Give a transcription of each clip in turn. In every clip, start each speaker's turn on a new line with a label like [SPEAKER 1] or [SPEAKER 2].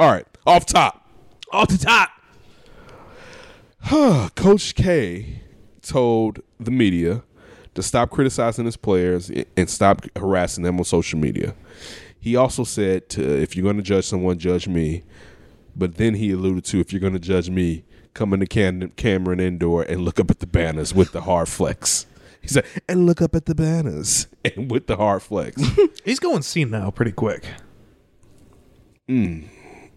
[SPEAKER 1] All right, off top.
[SPEAKER 2] Off the top.
[SPEAKER 1] Coach K told the media to stop criticizing his players and stop harassing them on social media. He also said to if you're going to judge someone, judge me. But then he alluded to if you're going to judge me, come into Cam- Cameron Indoor and look up at the banners with the hard flex. He said, and look up at the banners and with the hard flex.
[SPEAKER 2] He's going senile pretty quick.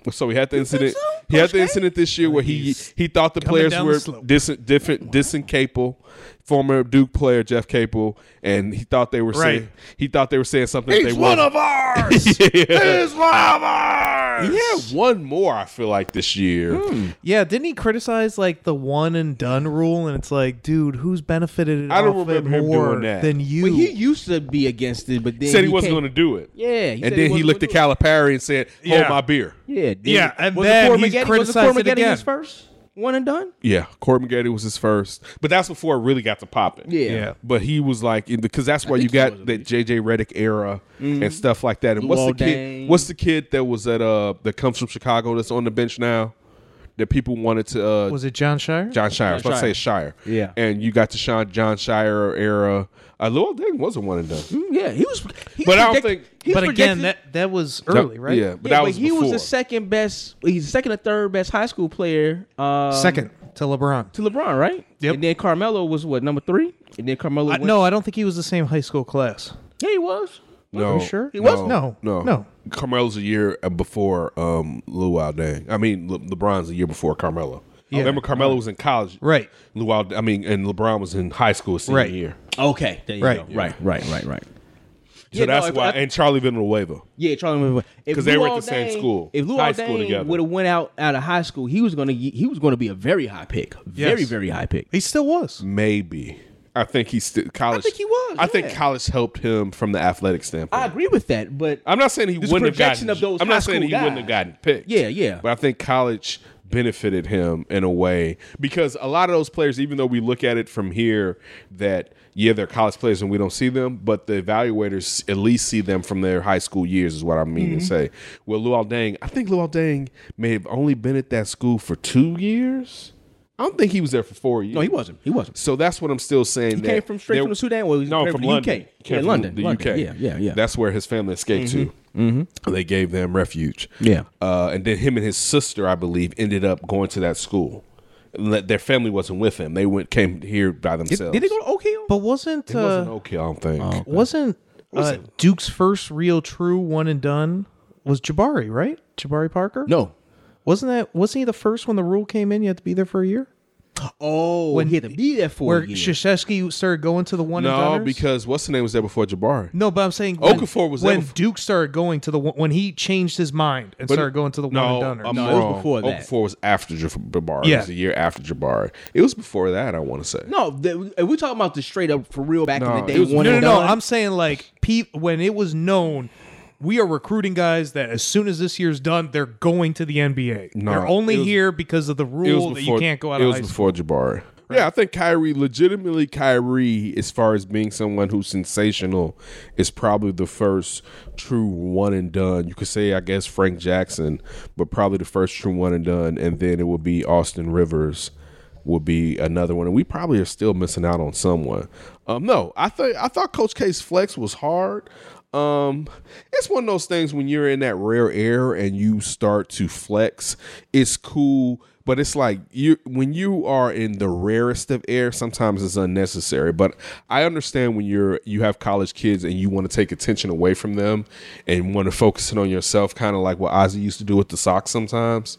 [SPEAKER 1] So he had the incident. He had the incident this year where he
[SPEAKER 2] He's
[SPEAKER 1] he thought the
[SPEAKER 2] coming
[SPEAKER 1] players
[SPEAKER 2] down
[SPEAKER 1] were
[SPEAKER 2] the slope.
[SPEAKER 1] dissing, different dissing Capel, former Duke player Jeff Capel, and he thought they were saying
[SPEAKER 2] Right.
[SPEAKER 1] he thought they were saying something. that they weren't.
[SPEAKER 2] ours.
[SPEAKER 1] Yeah.
[SPEAKER 2] one of ours.
[SPEAKER 1] He had one more. I feel like this year.
[SPEAKER 2] Yeah, didn't he criticize like the one and done rule? And it's like, dude, who's benefited?
[SPEAKER 1] I don't
[SPEAKER 2] off it
[SPEAKER 1] remember him
[SPEAKER 2] more
[SPEAKER 1] doing that.
[SPEAKER 2] than you.
[SPEAKER 3] Well, he used to be against it, but then
[SPEAKER 1] He said he wasn't
[SPEAKER 3] came-
[SPEAKER 1] going to do it.
[SPEAKER 3] Yeah,
[SPEAKER 1] and then he looked at
[SPEAKER 3] Cal.
[SPEAKER 1] Calipari and said, "Hold
[SPEAKER 2] Yeah.
[SPEAKER 1] my beer."
[SPEAKER 3] Yeah, then-
[SPEAKER 2] Yeah, and
[SPEAKER 3] was
[SPEAKER 2] then
[SPEAKER 3] it Cormagetti-
[SPEAKER 2] he's
[SPEAKER 3] was it
[SPEAKER 2] criticized it
[SPEAKER 3] Cormagetti
[SPEAKER 2] again.
[SPEAKER 3] his first one and done.
[SPEAKER 1] Yeah, Corbin Getty was his first, but that's before it really got to popping.
[SPEAKER 3] Yeah.
[SPEAKER 2] yeah.
[SPEAKER 1] But he was like because that's why you got that JJ Redick era and stuff like that. And what's the
[SPEAKER 3] Walden.
[SPEAKER 1] kid? What's the kid that was at uh that comes from Chicago that's on the bench now that people wanted to uh
[SPEAKER 2] Was it John Shire?
[SPEAKER 1] John Shire. I was about to say
[SPEAKER 3] Shire.
[SPEAKER 1] Shire.
[SPEAKER 3] Yeah.
[SPEAKER 1] And you got the Sean John Shire era. Uh, Lil Ding was a one and done.
[SPEAKER 3] Mm, Yeah, he was. He
[SPEAKER 1] But
[SPEAKER 3] was
[SPEAKER 1] I don't
[SPEAKER 3] projected-
[SPEAKER 1] think-
[SPEAKER 3] he was
[SPEAKER 2] but again,
[SPEAKER 3] projected-
[SPEAKER 2] that that was early, right?
[SPEAKER 1] Yeah, but
[SPEAKER 3] yeah,
[SPEAKER 1] that was
[SPEAKER 3] he
[SPEAKER 1] before.
[SPEAKER 3] was the second best. He's the second or third best high school player. Um,
[SPEAKER 2] Second to LeBron.
[SPEAKER 3] to LeBron, right?
[SPEAKER 2] Yep.
[SPEAKER 3] And then Carmelo was what number three? And then Carmelo.
[SPEAKER 2] I,
[SPEAKER 3] went-
[SPEAKER 2] no, I don't think he was the same high school class.
[SPEAKER 3] yeah, he was.
[SPEAKER 1] No,
[SPEAKER 2] you sure?
[SPEAKER 1] He
[SPEAKER 2] was? No,
[SPEAKER 1] no,
[SPEAKER 2] no.
[SPEAKER 1] Carmelo's a year before um, Luau Dang. I mean, Le- LeBron's a year before Carmelo.
[SPEAKER 2] Yeah.
[SPEAKER 1] Remember, Carmelo was in college,
[SPEAKER 2] Right.
[SPEAKER 1] Luau, I mean, and LeBron was in high school senior
[SPEAKER 2] Right.
[SPEAKER 1] year.
[SPEAKER 3] Okay, there you
[SPEAKER 2] Right.
[SPEAKER 3] go. Right, right, right, right.
[SPEAKER 1] So that's why. and Charlie Villanueva.
[SPEAKER 3] Yeah, Charlie Murphy.
[SPEAKER 1] 'Cause they were at the same school,
[SPEAKER 3] If Lou
[SPEAKER 1] high school
[SPEAKER 3] Aldane
[SPEAKER 1] together.
[SPEAKER 3] would have went out out of high school, he was gonna ge- he was gonna be a very high pick, very
[SPEAKER 2] Yes.
[SPEAKER 3] very high pick.
[SPEAKER 2] He still was.
[SPEAKER 1] Maybe I think he still college. I
[SPEAKER 3] think he was,
[SPEAKER 1] I think
[SPEAKER 3] yeah.
[SPEAKER 1] college helped him from the athletic standpoint.
[SPEAKER 3] I agree with that, but
[SPEAKER 1] I'm not saying he
[SPEAKER 3] This
[SPEAKER 1] wouldn't have
[SPEAKER 3] projection
[SPEAKER 1] gotten.
[SPEAKER 3] of those
[SPEAKER 1] I'm
[SPEAKER 3] high
[SPEAKER 1] not saying
[SPEAKER 3] school
[SPEAKER 1] he wouldn't
[SPEAKER 3] guys.
[SPEAKER 1] have gotten picked.
[SPEAKER 3] Yeah, yeah.
[SPEAKER 1] But I think college benefited him in a way because a lot of those players, even though we look at it from here, that yeah, they're college players and we don't see them, but the evaluators at least see them from their high school years, is what I mean
[SPEAKER 3] Mm-hmm.
[SPEAKER 1] to say. Well, Luol Deng, I think Luol Deng may have only been at that school for two years. I don't think he was there for four years.
[SPEAKER 3] no, he wasn't. He wasn't.
[SPEAKER 1] So that's what I'm still saying. He that
[SPEAKER 3] came from straight
[SPEAKER 1] there-
[SPEAKER 3] from the Sudan? Well, he
[SPEAKER 1] no,
[SPEAKER 3] came
[SPEAKER 1] from
[SPEAKER 3] from the
[SPEAKER 1] London.
[SPEAKER 3] UK.
[SPEAKER 1] Came
[SPEAKER 3] Yeah,
[SPEAKER 1] from
[SPEAKER 3] London,
[SPEAKER 1] the
[SPEAKER 3] London.
[SPEAKER 1] UK.
[SPEAKER 3] Yeah, yeah, yeah.
[SPEAKER 1] That's where his family escaped to. Mm-hmm. They gave them refuge.
[SPEAKER 3] Yeah.
[SPEAKER 1] uh, and then him and his sister, I believe, ended up going to that school. And that- Their family wasn't with them. They went came here by themselves.
[SPEAKER 3] Did he go to Oak Hill?
[SPEAKER 2] But wasn't
[SPEAKER 1] It wasn't
[SPEAKER 2] uh,
[SPEAKER 1] okay. I don't think.
[SPEAKER 2] wasn't uh, Duke's first real true one and done was Jabari, right? Jabari Parker?
[SPEAKER 3] no.
[SPEAKER 2] Wasn't that wasn't he the first when the rule came in you had to be there for a year?
[SPEAKER 3] Oh, when he had to be there for
[SPEAKER 2] Where
[SPEAKER 3] a year.
[SPEAKER 2] Krzyzewski started going to the one
[SPEAKER 1] no,
[SPEAKER 2] and done.
[SPEAKER 1] because what's the name was there before Jabari?
[SPEAKER 2] No, but I'm saying when,
[SPEAKER 1] Okafor was there
[SPEAKER 2] when
[SPEAKER 1] before.
[SPEAKER 2] Duke started going to the one, when he changed his mind and started going to the
[SPEAKER 1] no,
[SPEAKER 2] one and done.
[SPEAKER 1] I'm
[SPEAKER 3] No, it was
[SPEAKER 1] wrong.
[SPEAKER 3] before that.
[SPEAKER 1] Okafor was after Jab- Jabari. It
[SPEAKER 2] Yeah.
[SPEAKER 1] was a year after Jabari. It was before that. I want to say.
[SPEAKER 3] no, the, if we're talking about the straight up for real back in
[SPEAKER 1] No,
[SPEAKER 3] the
[SPEAKER 1] it
[SPEAKER 3] day.
[SPEAKER 1] was-
[SPEAKER 3] one
[SPEAKER 2] no, no,
[SPEAKER 3] and
[SPEAKER 2] no.
[SPEAKER 3] done.
[SPEAKER 2] I'm saying like peep when it was known. We are recruiting guys that as soon as this year's done, they're going to the NBA.
[SPEAKER 1] No,
[SPEAKER 2] they're only
[SPEAKER 1] it was-
[SPEAKER 2] here because of the
[SPEAKER 1] It
[SPEAKER 2] rule
[SPEAKER 1] was
[SPEAKER 2] that
[SPEAKER 1] before,
[SPEAKER 2] you can't go out
[SPEAKER 1] It
[SPEAKER 2] of
[SPEAKER 1] was
[SPEAKER 2] high school.
[SPEAKER 1] before Jabari. Yeah, I think Kyrie, legitimately Kyrie, as far as being someone who's sensational, is probably the first true one and done. You could say, I guess, Frank Jackson, but probably the first true one and done. And then it would be Austin Rivers, would be another one. And we probably are still missing out on someone. Um, no, I think I thought Coach K's flex was hard. Um, it's one of those things when you're in that rare air and you start to flex, it's cool, but it's like you when you are in the rarest of air, sometimes it's unnecessary. But I understand when you're you have college kids and you want to take attention away from them and want to focus it on yourself, kind of like what Ozzy used to do with the socks sometimes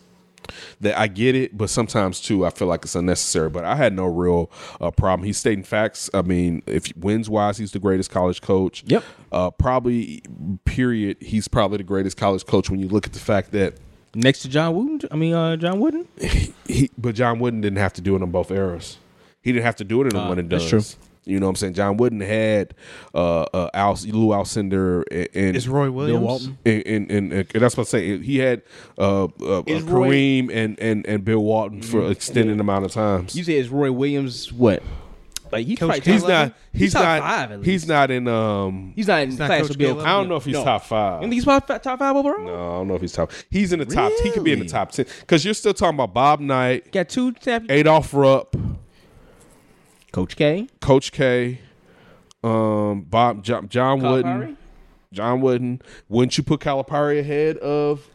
[SPEAKER 1] that I get it, but sometimes too, I feel like it's unnecessary. But I had no real uh, problem. He's stating facts. I mean, if wins wise, he's the greatest college coach.
[SPEAKER 3] Yep.
[SPEAKER 1] Uh, probably, period. He's probably the greatest college coach when you look at the fact that
[SPEAKER 3] next to John Wooden. I mean, uh, John Wooden.
[SPEAKER 1] he, but John Wooden didn't have to do it on both eras. He didn't have to do it in the one and done.
[SPEAKER 3] that's true.
[SPEAKER 1] You know what I'm saying? John Wooden had uh, uh, Al, Lou Alcindor and, and
[SPEAKER 2] Is Roy Williams?
[SPEAKER 3] Walton.
[SPEAKER 1] and and, and, and that's what I'm saying. He had uh, uh, uh,
[SPEAKER 3] Is Roy- Mm-hmm.
[SPEAKER 1] Kareem and, and, and Bill Walton for extended amount of times.
[SPEAKER 3] You said it's Roy Williams. What? Like he's
[SPEAKER 2] Coach
[SPEAKER 3] probably
[SPEAKER 2] K.
[SPEAKER 3] top
[SPEAKER 1] He's
[SPEAKER 2] Eleven?
[SPEAKER 1] not. He's,
[SPEAKER 3] He's top
[SPEAKER 1] not.
[SPEAKER 3] five at
[SPEAKER 1] He's not in. Um.
[SPEAKER 3] He's not in
[SPEAKER 2] not
[SPEAKER 3] class
[SPEAKER 2] Coach
[SPEAKER 3] with Bill.
[SPEAKER 2] K
[SPEAKER 1] I don't know if he's
[SPEAKER 3] No.
[SPEAKER 1] top five.
[SPEAKER 3] You think he's top top five overall?
[SPEAKER 1] No, Uh, I don't know if he's top. He's in the top. He could be in the
[SPEAKER 3] Really?
[SPEAKER 1] top ten because you're still talking about Bob Knight,
[SPEAKER 3] Got two tap.
[SPEAKER 1] Adolph Rupp,
[SPEAKER 3] Coach K.
[SPEAKER 1] Coach K, um, Bob John, John
[SPEAKER 3] Calipari?
[SPEAKER 1] Wooden, John Wooden. Wouldn't you put Calipari ahead of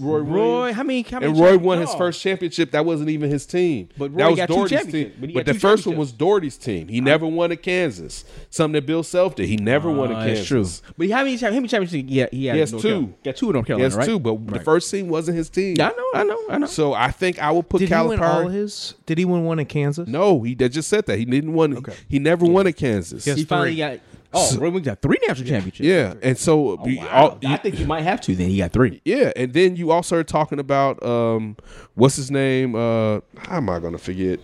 [SPEAKER 1] Roy? Williams?
[SPEAKER 3] Roy, how many? How many
[SPEAKER 1] And Roy
[SPEAKER 3] champ-
[SPEAKER 1] won his
[SPEAKER 3] No.
[SPEAKER 1] first championship. That wasn't even his team.
[SPEAKER 3] But Roy
[SPEAKER 1] that was
[SPEAKER 3] got two
[SPEAKER 1] Doherty's team.
[SPEAKER 3] championships. But
[SPEAKER 1] But,
[SPEAKER 3] he got
[SPEAKER 1] the
[SPEAKER 3] two
[SPEAKER 1] first one
[SPEAKER 3] championships.
[SPEAKER 1] was Doherty's team. He never won at Kansas. Something that Bill Self did. He never won at
[SPEAKER 3] Uh,
[SPEAKER 1] Kansas.
[SPEAKER 3] that's true. But how many? How many championships? Yeah, he had.
[SPEAKER 1] He has
[SPEAKER 3] in North
[SPEAKER 1] two.
[SPEAKER 3] Carolina? Got two in North Carolina,
[SPEAKER 1] Yes,
[SPEAKER 3] right?
[SPEAKER 1] too. But the first team wasn't his team.
[SPEAKER 3] Yeah, I know, I know, I know.
[SPEAKER 1] So I think I would put
[SPEAKER 2] Did he
[SPEAKER 1] Calipari.
[SPEAKER 2] win all his? Did he win one in Kansas?
[SPEAKER 1] no, he they just said that he didn't win. He never won at Kansas.
[SPEAKER 2] Yes.
[SPEAKER 3] he finally
[SPEAKER 2] three.
[SPEAKER 3] got. Oh, Roy Williams got three national championships.
[SPEAKER 1] Yeah, and so we
[SPEAKER 3] Wow.
[SPEAKER 1] all-
[SPEAKER 3] I think he might have two. Then he got three.
[SPEAKER 1] Yeah, and then you also are talking about um, what's his name? Uh, how am I going to forget?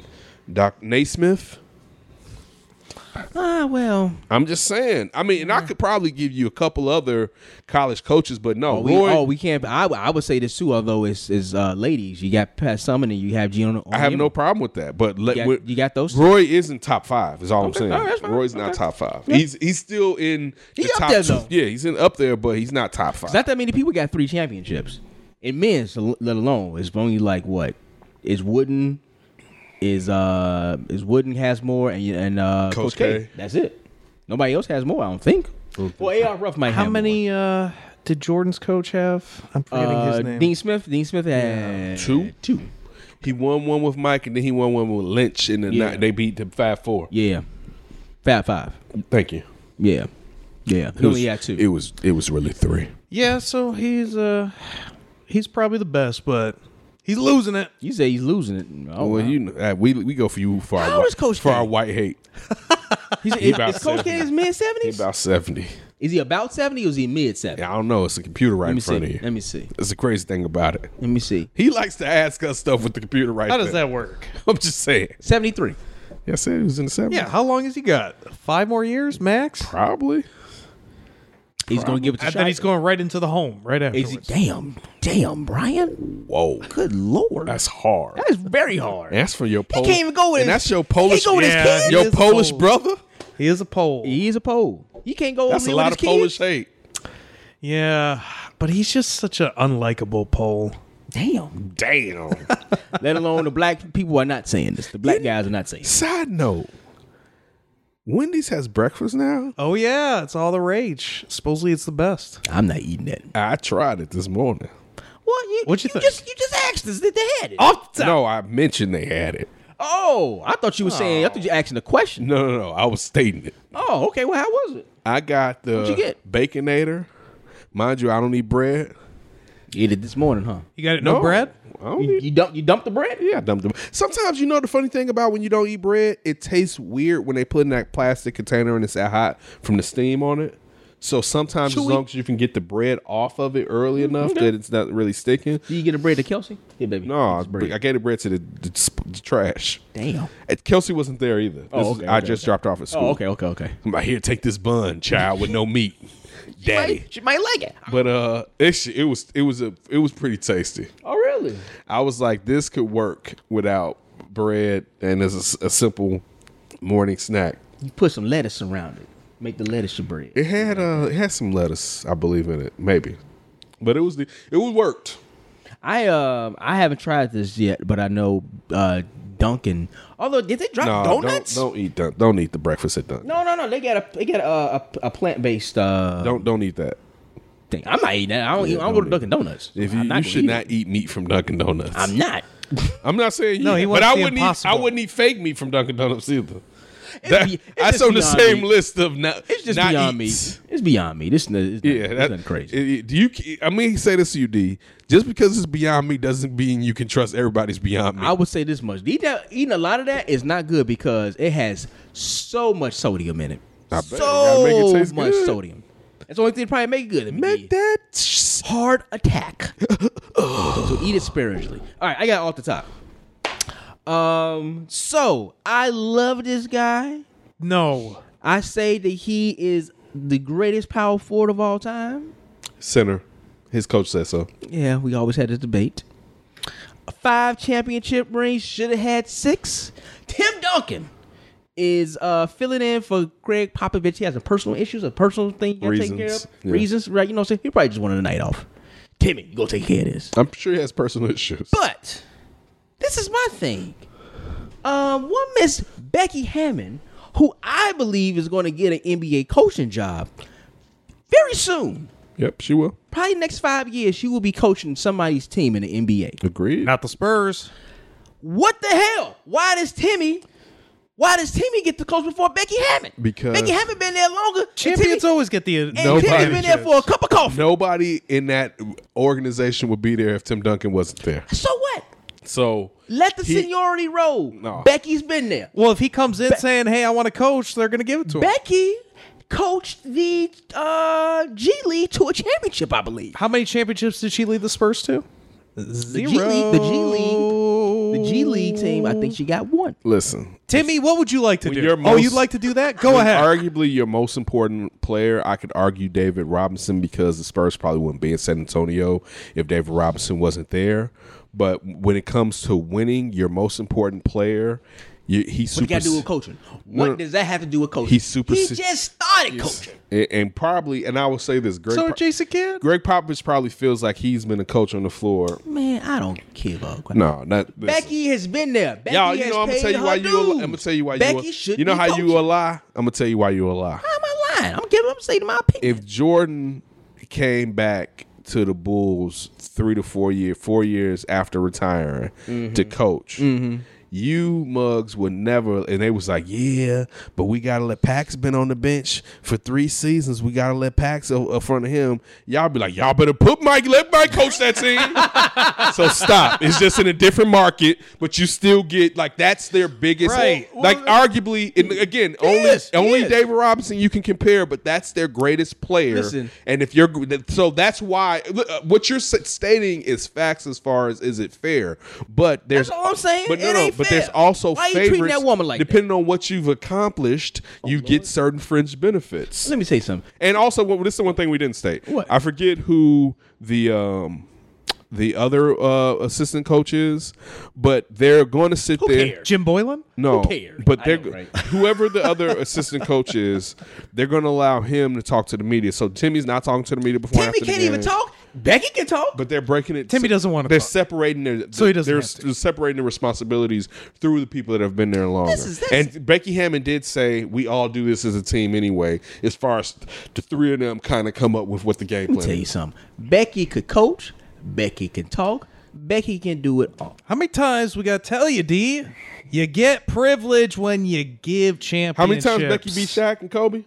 [SPEAKER 1] Doc Naismith.
[SPEAKER 3] Ah, well.
[SPEAKER 1] I'm just saying. I mean, and I could probably give you a couple other college coaches, but no,
[SPEAKER 3] Oh, we,
[SPEAKER 1] Roy.
[SPEAKER 3] oh, we can't. I, I would say this too, although it's is uh, ladies. You got Pat Summin and you have Gianna.
[SPEAKER 1] I have no problem with that. But let,
[SPEAKER 3] You got,
[SPEAKER 1] with-
[SPEAKER 3] you got those.
[SPEAKER 1] Roy isn't top five. Is all
[SPEAKER 3] Okay,
[SPEAKER 1] I'm saying.
[SPEAKER 3] all right, that's fine.
[SPEAKER 1] Roy's not
[SPEAKER 3] Okay.
[SPEAKER 1] top five.
[SPEAKER 3] Yeah.
[SPEAKER 1] He's he's still in.
[SPEAKER 3] He
[SPEAKER 1] the
[SPEAKER 3] up
[SPEAKER 1] top
[SPEAKER 3] there,
[SPEAKER 1] two-
[SPEAKER 3] though.
[SPEAKER 1] Yeah, he's in up there, but he's not top five.
[SPEAKER 3] Not that many people got three championships. In men's, l- let alone, it's only like what is Wooden, is uh is Wooden has more, and and uh,
[SPEAKER 1] Coach
[SPEAKER 3] Coach, K.
[SPEAKER 1] K.
[SPEAKER 3] That's it. Nobody else has more. I don't think. Well, AR Ruff might
[SPEAKER 2] How
[SPEAKER 3] have more.
[SPEAKER 2] many uh, did Jordan's coach have? I'm forgetting
[SPEAKER 3] Uh,
[SPEAKER 2] his name.
[SPEAKER 3] Dean Smith. Dean Smith had
[SPEAKER 1] Two?
[SPEAKER 3] Two.
[SPEAKER 1] he won one with Mike, and then he won one with Lynch, and then
[SPEAKER 3] Yeah.
[SPEAKER 1] they beat the five four.
[SPEAKER 3] Yeah. Fab five.
[SPEAKER 1] Thank you.
[SPEAKER 3] Yeah. Yeah. He
[SPEAKER 1] It was-
[SPEAKER 3] only had two.
[SPEAKER 1] It was it was really three.
[SPEAKER 2] yeah, so he's uh, he's probably the best, but he's losing it.
[SPEAKER 3] you say he's losing it. Oh,
[SPEAKER 1] well,
[SPEAKER 3] wow.
[SPEAKER 1] you know, uh, we we go for you for
[SPEAKER 3] How
[SPEAKER 1] our
[SPEAKER 3] is
[SPEAKER 1] white,
[SPEAKER 3] Coach
[SPEAKER 1] for
[SPEAKER 3] K?
[SPEAKER 1] our white hate.
[SPEAKER 3] He's,
[SPEAKER 1] He
[SPEAKER 3] is,
[SPEAKER 1] about
[SPEAKER 3] is Coach
[SPEAKER 1] 70.
[SPEAKER 3] K in his mid
[SPEAKER 1] He
[SPEAKER 3] seventies?
[SPEAKER 1] about seventy.
[SPEAKER 3] Is he about seventy or is he mid seventy?
[SPEAKER 1] Yeah, I don't know. It's a computer right
[SPEAKER 3] Let
[SPEAKER 1] in
[SPEAKER 3] me
[SPEAKER 1] front of
[SPEAKER 3] see.
[SPEAKER 1] you.
[SPEAKER 3] Let me see.
[SPEAKER 1] That's the crazy thing about it.
[SPEAKER 3] Let me see.
[SPEAKER 1] He likes to ask us stuff with the computer right.
[SPEAKER 2] How does
[SPEAKER 1] there.
[SPEAKER 2] that work?
[SPEAKER 1] I'm just saying.
[SPEAKER 3] Seventy three.
[SPEAKER 1] Yeah, I said he was in the seventies.
[SPEAKER 2] Yeah, how long has he got? Five more years max.
[SPEAKER 1] probably.
[SPEAKER 3] He's gonna give it
[SPEAKER 2] I
[SPEAKER 3] to
[SPEAKER 2] thought
[SPEAKER 3] Shai.
[SPEAKER 2] he's going right into the home right
[SPEAKER 3] Is he,
[SPEAKER 2] afterwards.
[SPEAKER 3] damn, damn, Brian.
[SPEAKER 1] Whoa,
[SPEAKER 3] Good lord,
[SPEAKER 1] that's hard.
[SPEAKER 3] that is very hard.
[SPEAKER 1] That's from your Polish.
[SPEAKER 3] can't even go with
[SPEAKER 1] and
[SPEAKER 3] his-
[SPEAKER 1] that's your
[SPEAKER 3] he
[SPEAKER 1] Polish.
[SPEAKER 3] can't go with his
[SPEAKER 2] Yeah, kids? he
[SPEAKER 1] Your
[SPEAKER 2] is a
[SPEAKER 1] Polish
[SPEAKER 2] Pole.
[SPEAKER 1] brother.
[SPEAKER 2] He is a pole.
[SPEAKER 3] He is a pole. He can't go.
[SPEAKER 1] That's a
[SPEAKER 3] over there
[SPEAKER 1] lot
[SPEAKER 3] with
[SPEAKER 1] of
[SPEAKER 3] his
[SPEAKER 1] Polish
[SPEAKER 3] kids?
[SPEAKER 1] hate.
[SPEAKER 2] Yeah, but he's just such an unlikable pole.
[SPEAKER 3] Damn.
[SPEAKER 1] Damn.
[SPEAKER 3] Let alone the black people are not saying this. The black guys are not saying. This.
[SPEAKER 1] Side note. Wendy's has breakfast now.
[SPEAKER 2] Oh yeah, it's all the rage. Supposedly it's the best.
[SPEAKER 3] I'm not eating that.
[SPEAKER 1] I tried it this morning.
[SPEAKER 3] What you?
[SPEAKER 2] What'd you think?
[SPEAKER 3] Just, you just asked us that they had it.
[SPEAKER 2] Off the
[SPEAKER 1] No, I mentioned they had it.
[SPEAKER 3] Oh, I thought you were saying. I thought you were asking a question.
[SPEAKER 1] No, no, no. I was stating it.
[SPEAKER 3] Oh, okay. Well, how was it?
[SPEAKER 1] I got the
[SPEAKER 3] What'd you get?
[SPEAKER 1] baconator. Mind you, I don't eat bread.
[SPEAKER 3] You ate it this morning, huh?
[SPEAKER 2] You got it? No, bread?
[SPEAKER 1] I don't
[SPEAKER 3] You,
[SPEAKER 1] eat.
[SPEAKER 3] you dump. You dumped the bread.
[SPEAKER 1] Yeah, I dumped them. Sometimes you know the funny thing about when you don't eat bread, it tastes weird when they put in that plastic container and it's that hot from the steam on it. So sometimes as
[SPEAKER 2] Chewy.
[SPEAKER 1] long as you can get the bread off of it early
[SPEAKER 3] Mm-hmm.
[SPEAKER 1] enough that it's not really sticking.
[SPEAKER 3] Did you get a bread to Kelsey? Yeah, baby.
[SPEAKER 1] No,
[SPEAKER 3] It's bread.
[SPEAKER 1] I gave the bread to the, the, sp- the trash.
[SPEAKER 3] Damn.
[SPEAKER 1] And Kelsey wasn't there either. This
[SPEAKER 3] Oh,
[SPEAKER 1] is-
[SPEAKER 3] okay,
[SPEAKER 1] I
[SPEAKER 3] okay,
[SPEAKER 1] just
[SPEAKER 3] okay.
[SPEAKER 1] dropped off at school.
[SPEAKER 3] Oh, okay, okay, okay.
[SPEAKER 1] I'm like, here, take this bun, child, with no meat, daddy.
[SPEAKER 3] She might like it.
[SPEAKER 1] But uh, it, sh- it was it was a it was pretty tasty.
[SPEAKER 3] Oh, really?
[SPEAKER 1] I was like, this could work without bread and as a s- a, simple morning snack.
[SPEAKER 3] You put some lettuce around it. Make the lettuce your bread.
[SPEAKER 1] It had uh, it had some lettuce, I believe in it, maybe, but it was the it was worked.
[SPEAKER 3] I um I haven't tried this yet, but I know uh Dunkin'. Although did they drop
[SPEAKER 1] No,
[SPEAKER 3] donuts?
[SPEAKER 1] don't don't eat dun- don't eat the breakfast at Dunkin'.
[SPEAKER 3] No, no, no. They got a they got a a, a plant based uh
[SPEAKER 1] Don't don't eat that.
[SPEAKER 3] thing. I'm not eating that. I don't, eat, I don't,
[SPEAKER 1] don't
[SPEAKER 3] go to Dunkin' Donuts.
[SPEAKER 1] If
[SPEAKER 3] I'm
[SPEAKER 1] you, you
[SPEAKER 3] gonna
[SPEAKER 1] should
[SPEAKER 3] eat
[SPEAKER 1] not
[SPEAKER 3] it.
[SPEAKER 1] eat meat from Dunkin' Donuts.
[SPEAKER 3] I'm not.
[SPEAKER 1] I'm not saying you,
[SPEAKER 2] No, he
[SPEAKER 1] but
[SPEAKER 2] wants
[SPEAKER 1] I
[SPEAKER 2] the
[SPEAKER 1] wouldn't
[SPEAKER 2] impossible.
[SPEAKER 1] eat. I wouldn't eat fake meat from Dunkin' Donuts either.
[SPEAKER 3] It's,
[SPEAKER 1] That,
[SPEAKER 3] be- it's
[SPEAKER 1] that's
[SPEAKER 3] just
[SPEAKER 1] on the
[SPEAKER 3] beyond
[SPEAKER 1] same
[SPEAKER 3] me.
[SPEAKER 1] list of not.
[SPEAKER 3] It's just
[SPEAKER 1] not
[SPEAKER 3] beyond
[SPEAKER 1] eats.
[SPEAKER 3] me. It's beyond me. This is nothing, yeah,
[SPEAKER 1] Yeah,
[SPEAKER 3] nothing crazy.
[SPEAKER 1] it- it- do you? I mean, say this to you, D. Just because it's beyond me doesn't mean you can trust everybody's beyond me.
[SPEAKER 3] I would say this much: eating, that- eating a lot of that is not good because it has so much sodium in it.
[SPEAKER 1] I bet. You gotta
[SPEAKER 3] So
[SPEAKER 1] make it taste
[SPEAKER 3] much
[SPEAKER 1] good.
[SPEAKER 3] sodium. That's the only thing that probably make it good. It'd be
[SPEAKER 1] Make that. sh-
[SPEAKER 3] heart attack. so eat it sparingly. All right, I got off the top. Um, so I love this guy.
[SPEAKER 2] No.
[SPEAKER 3] I say that he is the greatest power forward of all time.
[SPEAKER 1] Center. His coach said so.
[SPEAKER 3] Yeah, we always had this debate. Five championship rings, should have had six. Tim Duncan is uh, filling in for Greg Popovich. He has some personal issues, a personal thing he got to take care of.
[SPEAKER 1] Reasons, yeah.
[SPEAKER 3] Reasons, right? You know what I'm saying? He probably just wanted a night off. Timmy, you go take care of this.
[SPEAKER 1] I'm sure he has personal issues.
[SPEAKER 3] But this is my thing. Um, one Miss Becky Hammond, who I believe is going to get an NBA coaching job very soon.
[SPEAKER 1] Yep, she will.
[SPEAKER 3] Probably next five years, she will be coaching somebody's team in the NBA.
[SPEAKER 1] Agreed.
[SPEAKER 2] Not the Spurs.
[SPEAKER 3] What the hell? Why does Timmy? Why does Timmy get the coach before Becky Hammond?
[SPEAKER 1] Because-
[SPEAKER 3] Becky Hammond been there longer. and
[SPEAKER 2] Champions
[SPEAKER 3] Timmy,
[SPEAKER 2] always get the
[SPEAKER 3] and
[SPEAKER 1] Nobody-
[SPEAKER 3] Timmy been there for a cup of coffee.
[SPEAKER 1] Nobody in that organization would be there if Tim Duncan wasn't there.
[SPEAKER 3] So what?
[SPEAKER 1] So
[SPEAKER 3] Let the
[SPEAKER 1] He-
[SPEAKER 3] seniority roll.
[SPEAKER 1] No.
[SPEAKER 3] Becky's been there.
[SPEAKER 2] Well, if he comes in saying, "Hey, I want to coach," they're going to give it to him.
[SPEAKER 3] Becky coached the uh, G League to a championship, I believe.
[SPEAKER 2] How many championships did she lead the Spurs to?
[SPEAKER 3] The G
[SPEAKER 2] Zero.
[SPEAKER 3] League, the G League, the G League team. I think she got one.
[SPEAKER 1] listen,
[SPEAKER 2] Timmy, what would you like to
[SPEAKER 1] When
[SPEAKER 2] do?
[SPEAKER 1] you're
[SPEAKER 2] oh,
[SPEAKER 1] most-
[SPEAKER 2] you'd like to do that? Go
[SPEAKER 1] When
[SPEAKER 2] ahead.
[SPEAKER 1] Arguably your most important player, I could argue David Robinson because the Spurs probably wouldn't be in San Antonio if David Robinson wasn't there. But when it comes to winning, your most important player, you, he's
[SPEAKER 3] What you
[SPEAKER 1] super.
[SPEAKER 3] got to do with coaching? What
[SPEAKER 1] no.
[SPEAKER 3] does that have to do with coaching?
[SPEAKER 1] He's super
[SPEAKER 3] He
[SPEAKER 1] si-
[SPEAKER 3] just started coaching.
[SPEAKER 1] and, and probably, and I will say this, Greg.
[SPEAKER 2] so
[SPEAKER 1] Pop-
[SPEAKER 2] Jason Kidd.
[SPEAKER 1] Greg Popovich probably feels like he's been a coach on the floor.
[SPEAKER 3] Man, I don't give a crap.
[SPEAKER 1] No, not listen.
[SPEAKER 3] Becky has been there. Becky
[SPEAKER 1] Y'all, you
[SPEAKER 3] has
[SPEAKER 1] know I'm gonna
[SPEAKER 3] paid
[SPEAKER 1] tell you
[SPEAKER 3] her
[SPEAKER 1] why you.
[SPEAKER 3] dues.
[SPEAKER 1] I'm gonna tell you why
[SPEAKER 3] Becky
[SPEAKER 1] you.
[SPEAKER 3] should
[SPEAKER 1] you know
[SPEAKER 3] be
[SPEAKER 1] how
[SPEAKER 3] coaching.
[SPEAKER 1] you a lie. I'm gonna tell you why you a lie.
[SPEAKER 3] Why am I lying? I'm giving. I'm saying my opinion.
[SPEAKER 1] if Jordan came back to the Bulls three to four year, four years after retiring to coach, you mugs would never. And they was like, yeah, but we gotta let Pax been on the bench for three seasons. We gotta let Pax o- up front of him. Y'all be like, y'all better put Mike. Let Mike coach that team. so stop. It's just in a different market, but you still get like that's their biggest.
[SPEAKER 2] Right.
[SPEAKER 1] Like arguably, and again, only
[SPEAKER 3] Yes,
[SPEAKER 1] only
[SPEAKER 3] yes.
[SPEAKER 1] David Robinson you can compare, but that's their greatest player.
[SPEAKER 3] Listen.
[SPEAKER 1] and if you're so that's why uh, what you're s- stating is facts as far as is it fair? But there's
[SPEAKER 3] That's all I'm saying.
[SPEAKER 1] But
[SPEAKER 3] It ain't
[SPEAKER 1] but
[SPEAKER 3] fair.
[SPEAKER 1] there's also
[SPEAKER 3] Why you treating
[SPEAKER 1] favorites.
[SPEAKER 3] that woman like that? Oh,
[SPEAKER 1] depending on what you've accomplished, you get certain fringe benefits.
[SPEAKER 3] Let me say something.
[SPEAKER 1] And also, well, this is the one thing we didn't state.
[SPEAKER 3] What?
[SPEAKER 1] I forget who the um the other uh, assistant coach is, but they're going to sit there.
[SPEAKER 3] cares?
[SPEAKER 2] Jim Boylan.
[SPEAKER 1] No,
[SPEAKER 3] cares?
[SPEAKER 1] but
[SPEAKER 3] I
[SPEAKER 1] they're
[SPEAKER 3] know, right?
[SPEAKER 1] whoever the other assistant coach is, they're going to allow him to talk to the media. So Timmy's not talking to the media before. and
[SPEAKER 3] Timmy
[SPEAKER 1] after the
[SPEAKER 3] can't even
[SPEAKER 1] game,
[SPEAKER 3] talk. Becky can talk.
[SPEAKER 1] But they're breaking it.
[SPEAKER 2] Timmy doesn't wanna
[SPEAKER 1] They're
[SPEAKER 2] talk.
[SPEAKER 1] separating their.
[SPEAKER 2] So he doesn't
[SPEAKER 1] They're
[SPEAKER 2] have to.
[SPEAKER 1] s- separating the responsibilities through the people that have been there longer.
[SPEAKER 3] is- this-
[SPEAKER 1] and Becky Hammond did say we all do this as a team anyway. As far as the three of them kind of come up with what the game
[SPEAKER 3] Tell
[SPEAKER 1] plan.
[SPEAKER 3] you
[SPEAKER 1] is.
[SPEAKER 3] something. Becky could coach. Becky can talk. Becky can do it all.
[SPEAKER 2] How many times we got to tell you, D? You get privilege when you give championships.
[SPEAKER 1] How many times Becky beat Shaq and Kobe?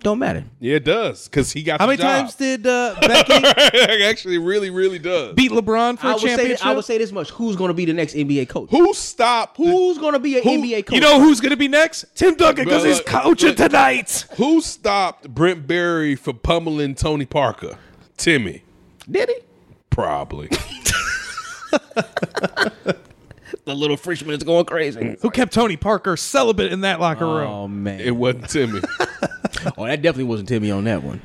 [SPEAKER 3] Don't matter.
[SPEAKER 1] Yeah, it does because he got.
[SPEAKER 2] How
[SPEAKER 1] the
[SPEAKER 2] many
[SPEAKER 1] job.
[SPEAKER 2] times did uh, Becky
[SPEAKER 1] it actually really, really does.
[SPEAKER 2] beat LeBron for
[SPEAKER 3] I
[SPEAKER 2] a
[SPEAKER 3] would, say,
[SPEAKER 2] championship?
[SPEAKER 3] I would say this much. Who's going to be the next NBA coach?
[SPEAKER 1] Who stopped? Who
[SPEAKER 3] Who's going to be an NBA coach?
[SPEAKER 2] You know who's going to be next? Tim Duncan because
[SPEAKER 1] Bruh,
[SPEAKER 2] he's coaching tonight.
[SPEAKER 1] Who stopped Brent Berry for pummeling Tony Parker? Timmy,
[SPEAKER 3] Did he?
[SPEAKER 1] probably.
[SPEAKER 3] The little freshman is going crazy.
[SPEAKER 2] Who kept Tony Parker celibate in that locker room?
[SPEAKER 3] Oh man.
[SPEAKER 1] it wasn't Timmy.
[SPEAKER 3] oh, that definitely wasn't Timmy on that one.